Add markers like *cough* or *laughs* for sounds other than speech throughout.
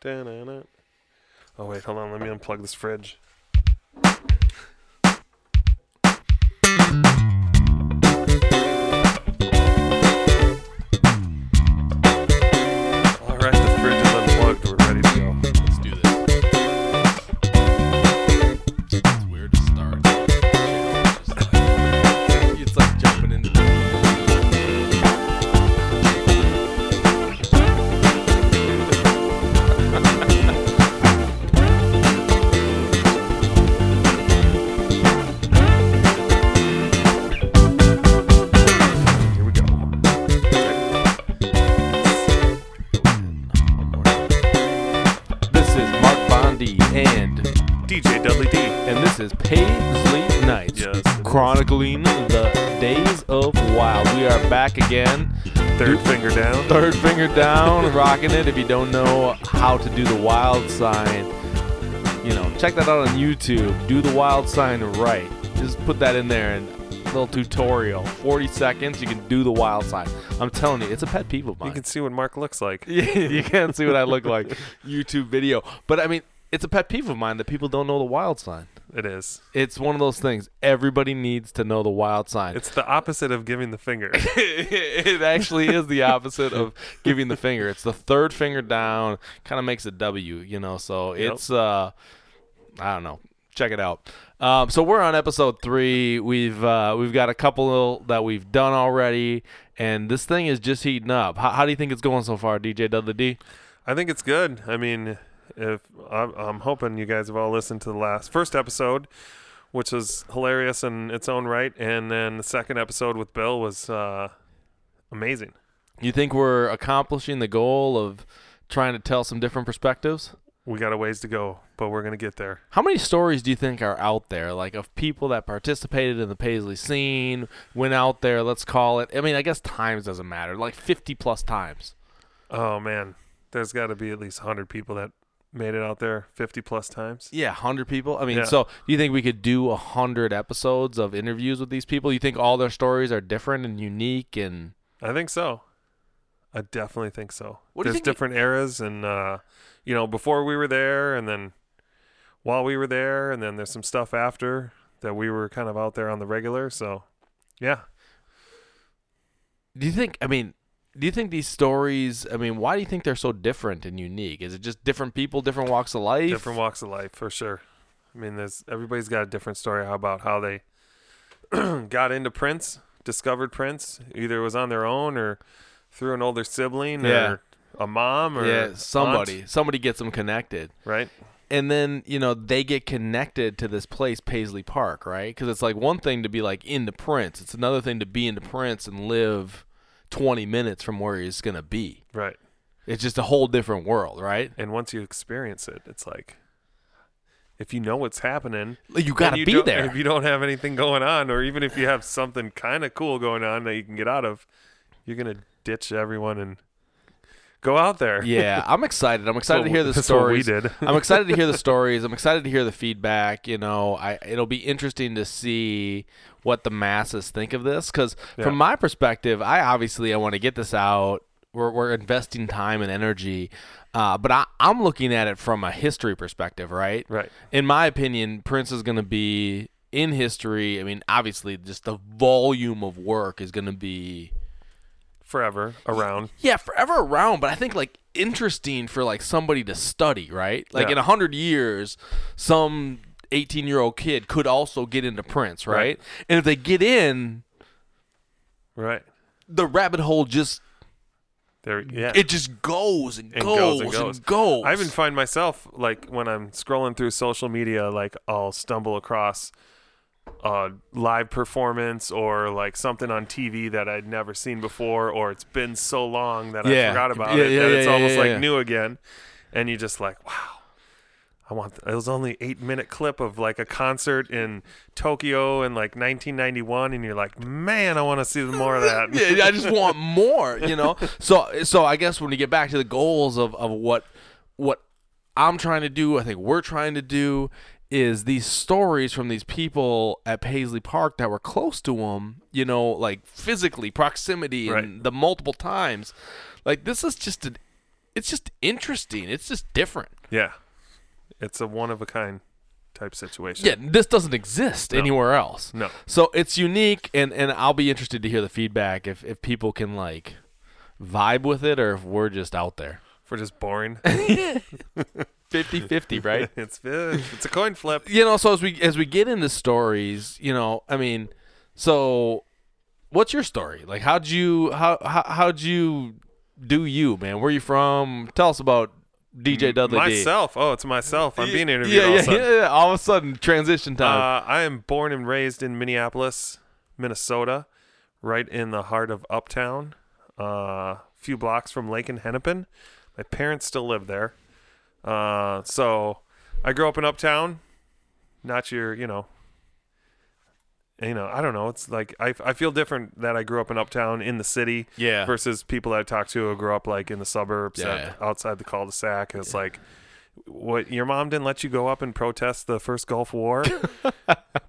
Da-na-na. Oh wait, hold on. Let me unplug this fridge. All right, the fridge is unplugged. We're ready to go. Let's do this. It's weird to start. Just like- It's like jumping into Here we go. This is Mark Bondi and DJ Dudley D. and this is Paisley Nights Yes, it is. chronicling the days of wild. We are back again. Third finger down. Third finger down, *laughs* rocking it. If you don't know how to do the wild sign, you know, check that out on YouTube. Do the wild sign right. Just put that in there and a little tutorial. 40 seconds, you can do the wild sign. I'm telling you, it's a pet peeve of mine. You can see what Mark looks like. Yeah, *laughs* you can't see what I look like. *laughs* YouTube video. But I mean, it's a pet peeve of mine that people don't know the wild sign. It is. It's one of those things. Everybody needs to know the wild sign. It's the opposite of giving the finger. *laughs* it actually is the opposite of giving the finger. It's the third finger down, kind of makes a W, you know. So Yep. it's uh, I don't know. Check it out. Um, so we're on episode three. We've uh, we've got a couple that we've done already, and this thing is just heating up. How, how do you think it's going so far, DJ Dudley D? I think it's good. I mean, if I'm, I'm hoping you guys have all listened to the last first episode, which was hilarious in its own right, and then the second episode with Bill was uh, amazing. You think we're accomplishing the goal of trying to tell some different perspectives? We got a ways to go, but we're gonna get there. How many stories do you think are out there, like of people that participated in the Paisley scene, went out there, let's call it? I mean, I guess times doesn't matter, like 50 plus times. Oh man, there's got to be at least hundred people that made it out there fifty plus times. Yeah, 100 people. I mean, Yeah. so do you think we could do 100 episodes of interviews with these people? You think all their stories are different and unique and. I think so. I definitely think so. What do you There's think we- different eras, and uh, you know, before we were there, and then while we were there, and then there's some stuff after that we were kind of out there on the regular. So, yeah, Do you think, I mean, do you think these stories, I mean, why do you think they're so different and unique? Is it just different people, different walks of life? different walks of life for sure. I mean, there's everybody's got a different story about how they *clears throat* got into Prince, discovered Prince, either it was on their own or through an older sibling Yeah. or a mom or Yeah, aunt, somebody. Somebody gets them connected. right? and then you know they get connected to this place paisley park right because it's like one thing to be like into prince it's another thing to be into prince and live 20 minutes from where he's gonna be Right. it's just a whole different world right And once you experience it, it's like if you know what's happening, you and gotta you be don't- there If you don't have anything going on, or even if you have something kind of cool going on that you can get out of, you're gonna ditch everyone and go out there. yeah i'm excited i'm That's excited what- to hear the that's what we stories did. *laughs* I'm excited to *laughs* hear the stories. I'm excited to hear the feedback. You know, I it'll be interesting to see what the masses think of this because Yeah. from my perspective, I obviously I want to get this out. We're, we're investing time and energy, uh, but I, I'm looking at it from a history perspective, right? Right. In my opinion, Prince is going to be in history. I mean, obviously, just the volume of work is going to be Forever around. yeah, forever around, but I think like interesting for like somebody to study, right? Like Yeah. in a hundred years, some eighteen year old kid could also get into Prince, right? Right. And if they get in, Right. the rabbit hole just There. Yeah. it just goes and, and goes, goes and goes. and goes. I even find myself like when I'm scrolling through social media, like I'll stumble across a live performance or like something on TV that I'd never seen before, or it's been so long that I Yeah. forgot about Yeah, it yeah, that yeah, it's yeah, almost yeah, like yeah. new again, and you just like wow. I want. Th- it was only eight minute clip of like a concert in Tokyo in like 1991, and you're like, man, I want to see more of that. *laughs* yeah, I just want more, you know. So so I guess when we get back to the goals of of what what I'm trying to do, I think we're trying to do is these stories from these people at Paisley Park that were close to them, you know, like physically proximity and Right. the multiple times. Like this is just an it's just interesting. It's just different. Yeah. It's a one of a kind type situation. Yeah, this doesn't exist No. anywhere else. No. So it's unique, and and I'll be interested to hear the feedback if if people can like vibe with it or if we're just out there. For just *laughs* boring. 50-50, right? it's it's a coin flip. *laughs* you know, so as we as we get into stories, you know, I mean, so what's your story? Like how'd you how how how'd you do you, man? Where you from? Tell us about DJ Dudley. D. myself. Oh, it's myself. I'm being interviewed. Yeah, all of a yeah, sudden. yeah, yeah. All of a sudden, transition time. Uh, I am born and raised in Minneapolis, Minnesota, right in the heart of Uptown, a few blocks from Lake and Hennepin. My parents still live there. Uh, so I grew up in Uptown, not your, you know, you know, I don't know. It's like I, I feel different that I grew up in Uptown in the city yeah. versus people that I talk to who grew up like in the suburbs Yeah, and outside the cul-de-sac. It's like what your mom didn't let you go up and protest the first Gulf *laughs* War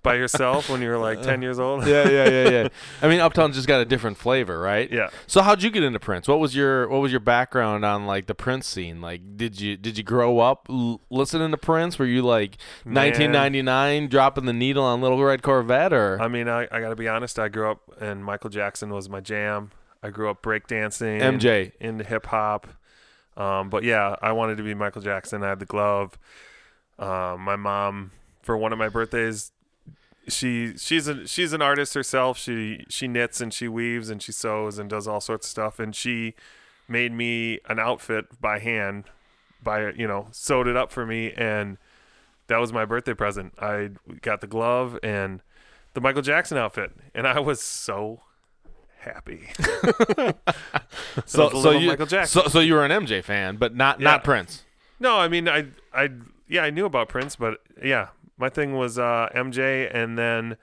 by yourself when you were like ten years old. yeah, yeah, yeah, yeah. I mean, Uptown's just got a different flavor, right? *laughs* Yeah. So how'd you get into Prince? What was your what was your background on like the Prince scene? Like, did you did you grow up l- listening to Prince? Were you like Man. 1999 dropping the needle on Little Red Corvette or? I mean, I, I gotta be honest, I grew up and Michael Jackson was my jam. I grew up breakdancing. MJ. into hip hop. Um, but yeah, I wanted to be Michael Jackson. I had the glove. Um, my mom, for one of my birthdays, she she's a, she's an artist herself. She she knits and she weaves and she sews and does all sorts of stuff. And she made me an outfit by hand, by you know, sewed it up for me, and that was my birthday present. I got the glove and the Michael Jackson outfit, and I was so happy. *laughs* I so was a so little you Michael Jackson. so so you were an MJ fan, but not Yeah. not Prince. No, I mean, I, I, yeah, I knew about Prince, but yeah, my thing was uh, MJ, and then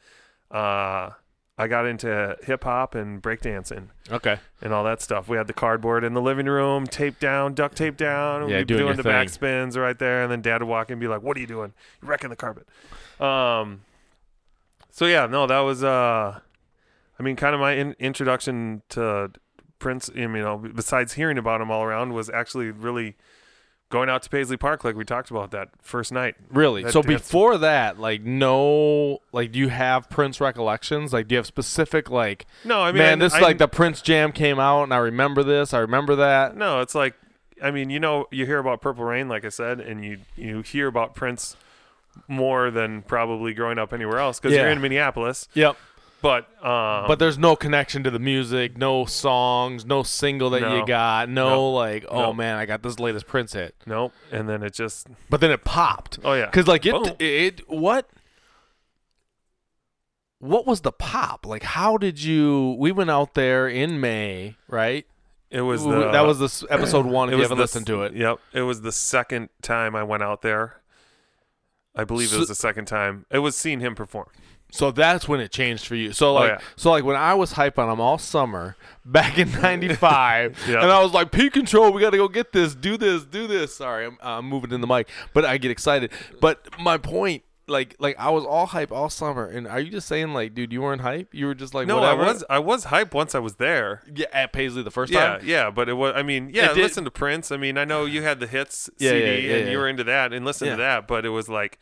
uh, I got into hip hop and breakdancing Okay. and all that stuff. We had the cardboard in the living room, taped down, duct taped down. Yeah, We'd be doing doing your the thing. back spins right there, and then Dad would walk in and be like, "What are you doing? You're wrecking the carpet." Um. So yeah, no, that was uh, I mean, kind of my in- introduction to Prince. You know, besides hearing about him all around, was actually really going out to Paisley Park, like we talked about that first night. Really? That so dance- before that, like no, like do you have Prince recollections? Like do you have specific like No, I mean, man, this I, like the Prince Jam came out, and I remember this. I remember that. No, it's like I mean, you know, you hear about Purple Rain, like I said, and you you hear about Prince more than probably growing up anywhere else because you're Yeah. in Minneapolis. Yep. But um, But there's no connection to the music, no songs, no single that you No. got, no, No. like, oh No. man, I got this latest Prince hit. nope. And then it just But then it popped. oh yeah, Cause like it, Boom. it, what, what was the pop? Like, how did you? We went out there in May, right? it was W- the, that was this episode one. If it you was haven't the- listened to it, Yep, it was the second time I went out there. I believe it So- was the second time. It was seeing him perform. So that's when it changed for you. So like, Oh, yeah. so like when I was hype on him all summer *laughs* back in '95, Yeah. and I was like, "P control, we got to go get this, do this, do this." Sorry, I'm, I'm moving in the mic, but I get excited. But my point, like, like I was all hype all summer, and are you just saying like, dude, you weren't hype? You were just like, No, whatever? I was I was hype once I was there. yeah, at Paisley the first Yeah, time. yeah, but it was. I mean, yeah, It did- listen to Prince. I mean, I know you had the hits Yeah, CD yeah, yeah, and yeah. you were into that and listen Yeah. to that, but it was like,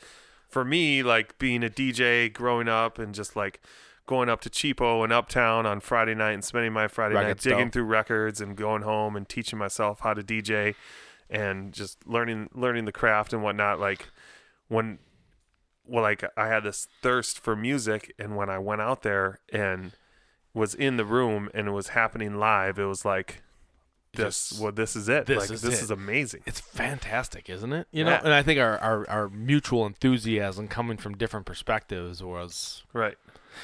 for me, like being a DJ growing up and just like going up to Cheapo and Uptown on Friday night and spending my Friday Record night store. digging through records and going home and teaching myself how to DJ and just learning learning the craft and whatnot. Like when, well, like I had this thirst for music, and when I went out there and was in the room and it was happening live, it was like this Just- well this is it. this like is this it. is amazing. It's fantastic, isn't it? You know, Yeah. and I think our, our, our mutual enthusiasm coming from different perspectives was Right.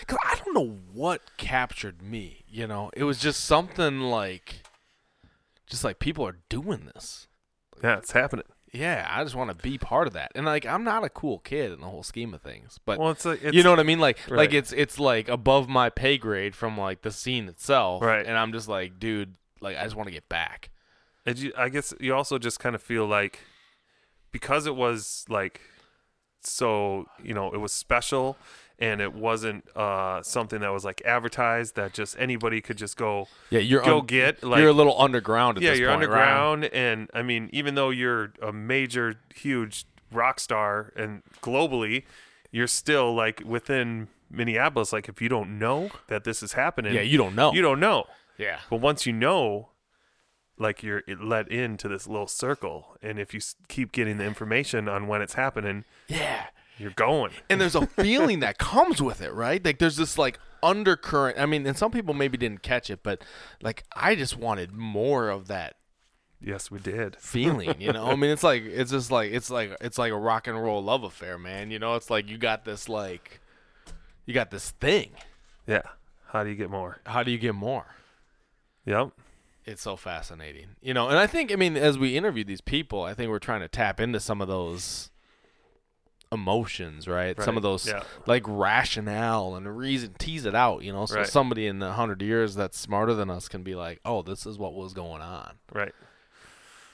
Cause I don't know what captured me. You know, it was just something like, just like people are doing this. Yeah, it's happening. Yeah, I just want to be part of that. And like, I'm not a cool kid in the whole scheme of things, but Well it's like it's you know what I mean. Like, like Right. it's it's like above my pay grade from like the scene itself. Right. And I'm just like, dude, like I just want to get back. And you, I guess you also just kind of feel like because it was like so you know it was special and it wasn't uh, something that was like advertised that just anybody could just go Yeah, you're go un- get. Like Um, you're a little underground at yeah, this you're point, right? underground, and I mean, even though you're a major, huge rock star and globally, you're still like within Minneapolis. Like if you don't know that this is happening, Yeah, you don't know. you don't know. yeah. But once you know, like you're let into this little circle, and if you s- keep getting the information on when it's happening, Yeah. you're going. and there's a feeling that comes with it, right? Like there's this like undercurrent. I mean, and some people maybe didn't catch it, but like I just wanted more of that Yes, we did. feeling, you know? I mean, it's like it's just like it's like it's like a rock and roll love affair, man. You know, it's like you got this like you got this thing. Yeah. How do you get more? How do you get more? Yep. It's so fascinating. You know, and I think I mean as we interview these people, I think we're trying to tap into some of those emotions, right? Some Right, of those yeah. like rationale and reason tease it out, you know. So Right. somebody in a 100 years that's smarter than us can be like, "Oh, this is what was going on." Right.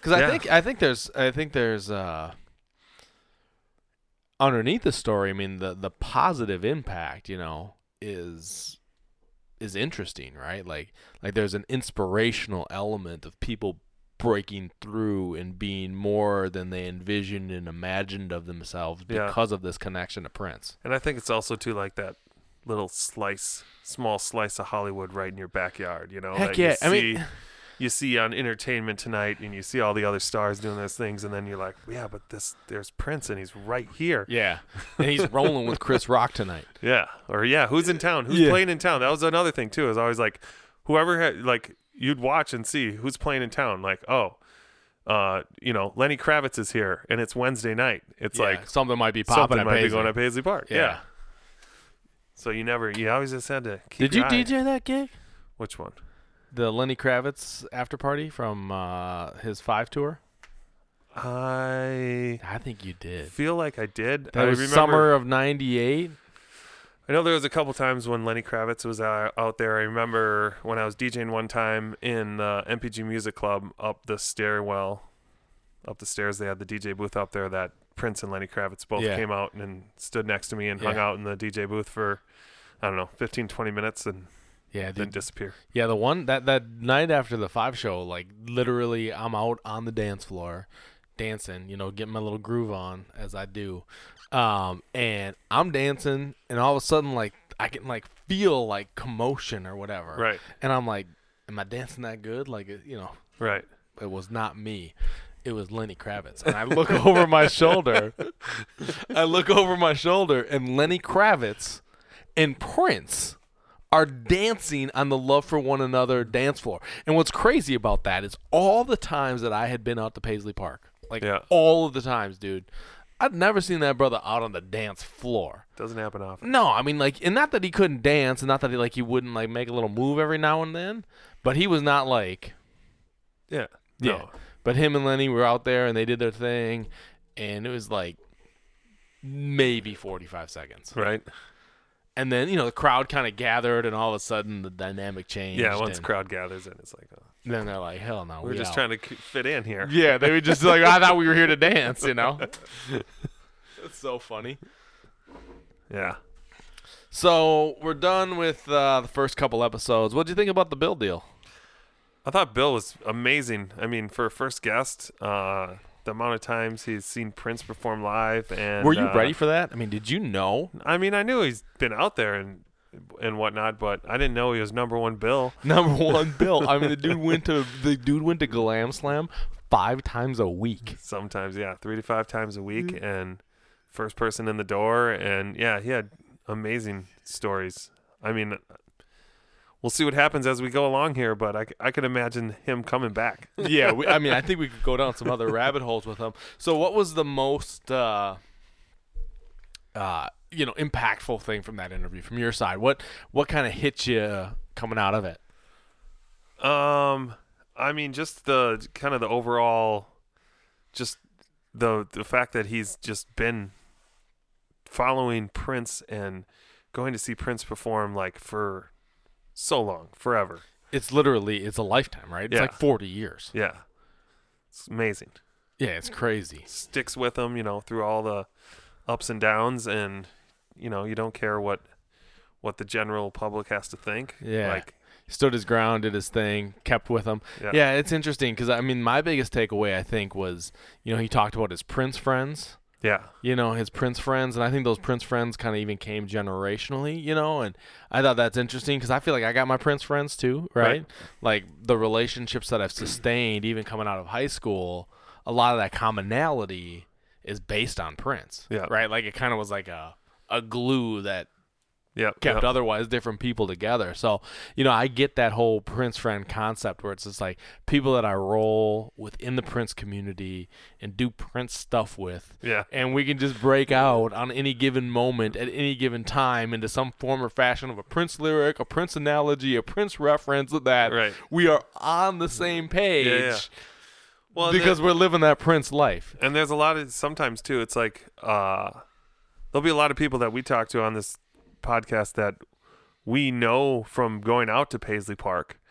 Cuz I Yeah. think I think there's I think there's uh underneath the story, I mean, the the positive impact, you know, is is interesting, right? Like like there's an inspirational element of people breaking through and being more than they envisioned and imagined of themselves Yeah. because of this connection to Prince. And I think it's also too like that little slice, small slice of Hollywood right in your backyard. You know, Heck like yeah, You I mean- see- you see on Entertainment Tonight, and you see all the other stars doing those things, and then you're like, yeah, but this there's Prince, and he's right here. Yeah. *laughs* And he's rolling with Chris Rock tonight. Yeah. Or yeah, who's in town? Who's Yeah. playing in town? That was another thing too. Is always like, whoever had like you'd watch and see who's playing in town. Like oh. Uh, you know, Lenny Kravitz is here, and it's Wednesday night. It's Yeah, like something might be popping something at might be Paisley. going at Paisley Park. Yeah. yeah. So you never, you always just had to. Keep Did you your eye- DJ that gig? Which one? The Lenny Kravitz after party from uh, his five tour? I I think you did. feel like I did. That I was remember, summer of '98. I know there was a couple times when Lenny Kravitz was uh, out there. I remember when I was DJing one time in the MPG Music Club up the stairwell, up the stairs. They had the DJ booth up there that Prince and Lenny Kravitz both Yeah. came out and, and stood next to me and hung Yeah. out in the DJ booth for, I don't know, 15, 20 minutes and Yeah, then dude. disappear. yeah. The one that that night after the five show, like literally, I'm out on the dance floor, dancing. You know, getting my little groove on as I do, um, and I'm dancing, and all of a sudden, like I can like feel like commotion or whatever, Right, And I'm like, am I dancing that good? Like, it- you know, right. it was not me. It was Lenny Kravitz. And I look *laughs* over my shoulder. *laughs* I look over my shoulder, and Lenny Kravitz and Prince are dancing on the Love for One Another dance floor. And what's crazy about that is all the times that I had been out to Paisley Park, like Yeah. all of the times, dude, I'd never seen that brother out on the dance floor. Doesn't happen often. No, I mean like, and not that he couldn't dance, and not that he like he wouldn't like make a little move every now and then, but he was not like Yeah. yeah. No. But him and Lenny were out there and they did their thing and it was like maybe 45 seconds. Right. And then, you know, the crowd kind of gathered and all of a sudden the dynamic changed. Yeah. Once and crowd gathers in, it's like, oh, Then they're like, hell no. we're we just out. trying to k- fit in *laughs* here. Oh, Yeah, they were just like, I thought we were here to dance, you know? It's so funny. Yeah. So we're done with uh, the first couple episodes. What'd you think about the Bill deal? I thought Bill was amazing. I mean, for a first guest, uh, the amount of times he's seen Prince perform live, and were you uh, ready for that? I mean, did *laughs* you know? I mean, I knew he's been out there and and whatnot, but I didn't know he was number one Bill. Number one, Bill. *laughs* I mean, the dude went to the dude went to Glam Slam five times a week. Sometimes, yeah, three to five times a week, Mm-hmm. and first person in the door, and yeah, he had amazing stories. I mean, we'll see what happens as we go along here, but I c- I could imagine him coming back. yeah, we, I mean, I think we could go down some other rabbit holes with them. So, what was the most, uh, uh, you know, impactful thing from that interview from your side? What what kind of hit you coming out of it? Um, I mean, just the kind of the overall, just the the fact that he's just been following Prince and going to see Prince perform like for so long, forever. It's literally it's a lifetime, right? It's Yeah. like forty years. Yeah, it's amazing. Yeah, it's crazy. Sticks with him, you know, through all the ups and downs, and you know you don't care what what the general public has to think. Yeah. Like stood his ground, did his thing, kept with him. Yeah. Yeah, it's interesting because I mean, my biggest takeaway I think was, you know, he talked about his Prince friends, yeah, you know, his Prince friends, and I think those Prince friends kind of even came generationally, you know, and I thought that's interesting because I feel like I got my Prince friends too, right? Right. Like the relationships that I've sustained, even coming out of high school, a lot of that commonality is based on Prince, Yeah. right? Like it kind of was like a a glue that yeah, kept yeah. otherwise different people together. So, you know, I get that whole Prince friend concept where it's just like people that I roll within the Prince community and do Prince stuff with. Yeah. And we can just break out on any given moment at any given time into some form or fashion of a Prince lyric, a Prince analogy, a Prince reference of that. Right. We are on the same page yeah. Well, and because we're living that Prince life. and there's a lot of sometimes too it's like uh there'll be a lot of people that we talk to on this podcast that we know from going out to paisley park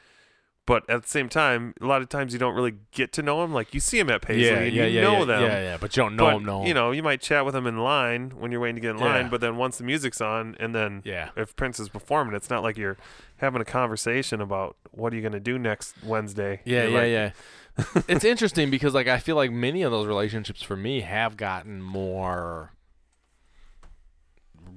but at the same time a lot of times you don't really get to know them like you see them at paisley and you know yeah, them Yeah, yeah, but you don't know but, them, no. you know you might chat with them in line when you're waiting to get in line Yeah. but then once the music's on and then Yeah. if prince is performing it's not like you're having a conversation about what are you going to do next wednesday Yeah, You're yeah, like, *laughs* yeah. it's interesting because like I feel like many of those relationships for me have gotten more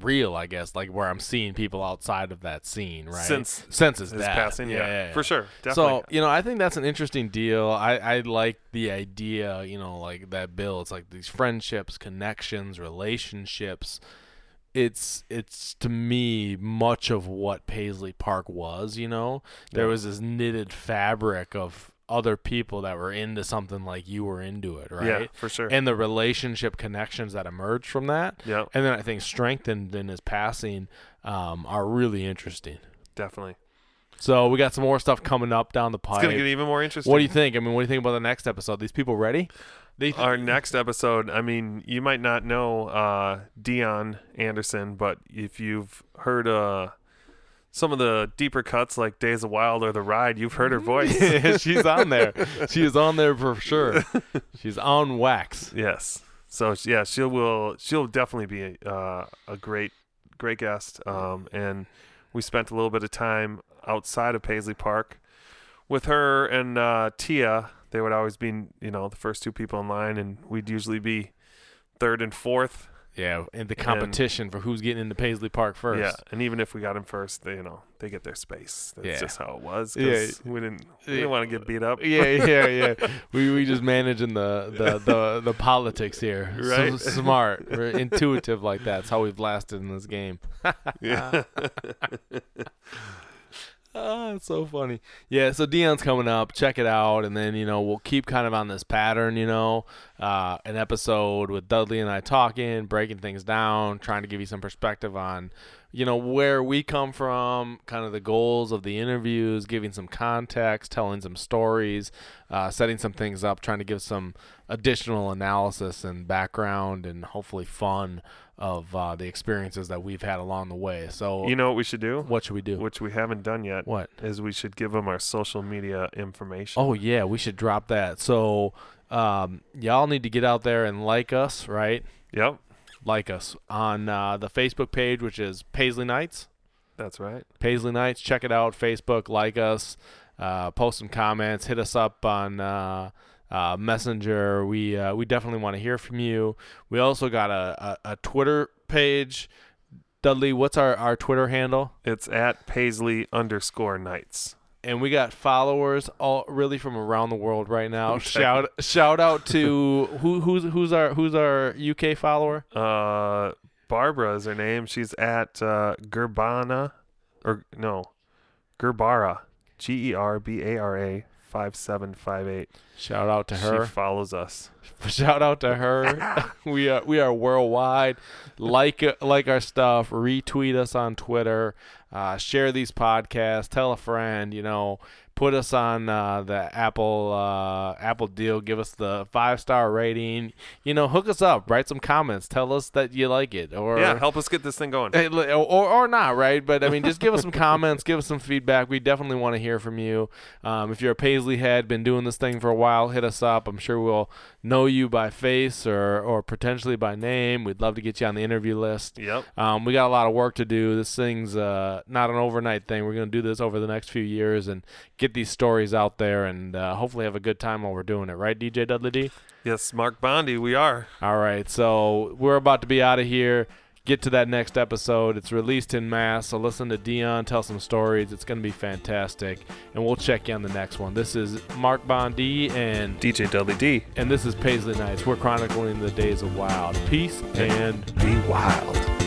real, I guess, like where I'm seeing people outside of that scene, right? Since since his his death. passing yeah, yeah, yeah. for sure definitely So you know, I think that's an interesting deal. I, I like the idea, you know, like that bill. It's like these friendships, connections, relationships. It's it's to me much of what Paisley Park was. You know, there Yeah. was this knitted fabric of other people that were into something like you were into it, right? yeah for sure And the relationship connections that emerged from that, yeah and then I think strengthened in his passing, um, are really interesting. definitely So we got some more stuff coming up down the pipe. It's gonna get even more interesting. What do you think? I mean, what do you think about the next episode? These *laughs* people ready? *laughs* They Our next episode. I mean, you might not know uh, Dion Anderson, but if you've heard uh, some of the deeper cuts like Days of Wild or The Ride, you've *laughs* heard her voice. she's on there. She is on there for sure. *laughs* She's on wax. yes. So sh- yeah, she will. She'll definitely be a, uh, a great, great guest. Um, and we spent a little bit of time outside of Paisley Park with her and uh, Tia. They would always be, you know, the first two people in line, and we'd usually be third and fourth. Yeah, in the competition for who's getting into Paisley Park first. Yeah, and even if we got him first, they, you know, they get their space. That's Yeah. just how it was. 'cause Yeah. we didn't we didn't want to get beat up. Yeah, *laughs* yeah, yeah. we we just managing the the, the, the politics here. So Right. *laughs* smart, we're intuitive like that. It's how we've lasted in this game. *laughs* Yeah. *laughs* Ah, it's so funny. Yeah, so Dion's coming up. Check it out, and then you know we'll keep kind of on this pattern. You know, uh, an episode with Dudley and I talking, breaking things down, trying to give you some perspective on, you know, where we come from, kind of the goals of the interviews, giving some context, telling some stories, uh, setting some things up, trying to give some additional analysis and background, and hopefully fun of uh, the experiences that we've had along the way. So, you know what we should do, what should we do? which we haven't done yet, What? is we should give them our social media information. Oh yeah, we should drop that. So um, y'all need to get out there and like us, right? Yep, Like us on uh, the Facebook page, which is Paisley Nights. that's right. Paisley Nights. Check it out. Facebook. Like us. Uh, post some comments. Hit us up on uh, uh, Messenger. We uh, we definitely want to hear from you. We also got a, a, a Twitter page. Dudley, what's our, our Twitter handle? It's at Paisley underscore Knights. and we got followers all really from around the world right now. Shout shout out to who who's who's our who's our UK follower? Uh, Barbara is her name. She's at uh, Gerbana, or no, Gerbara, G E R B A R A five seven five eight. Shout out to She her. follows us. *laughs* Shout out to *laughs* her. we are we are worldwide. Like uh, like our stuff. Retweet us on Twitter. Uh, share these podcasts. Tell a friend. You know, Put us on uh, the Apple uh, Apple deal. Give us the five star rating. You know, hook us up. Write some comments. Tell us that you like it. Or yeah, help us get this thing going. Hey, li- or, or not, right? But I mean, just give us some *laughs* comments, give us some feedback. We definitely want to hear from you. Um, if you're a Paisley head, been doing this thing for a while, hit us up. I'm sure we'll know you by face or, or potentially by name. We'd love to get you on the interview list. Yep. Um, we got a lot of work to do. This thing's uh, not an overnight thing. We're going to do this over the next few years and get these stories out there and uh, hopefully have a good time while we're doing it, right, DJ Dudley D? Yes, Mark Bondi, we are. All right, so we're about to be out of here. Get to that next episode. It's released in mass, so listen to Dion tell some stories. It's going to be fantastic, and we'll check you on the next one. This is Mark Bondi, and DJ Dudley D. and this is Paisley Nights. We're chronicling the days of wild. Peace and Be wild.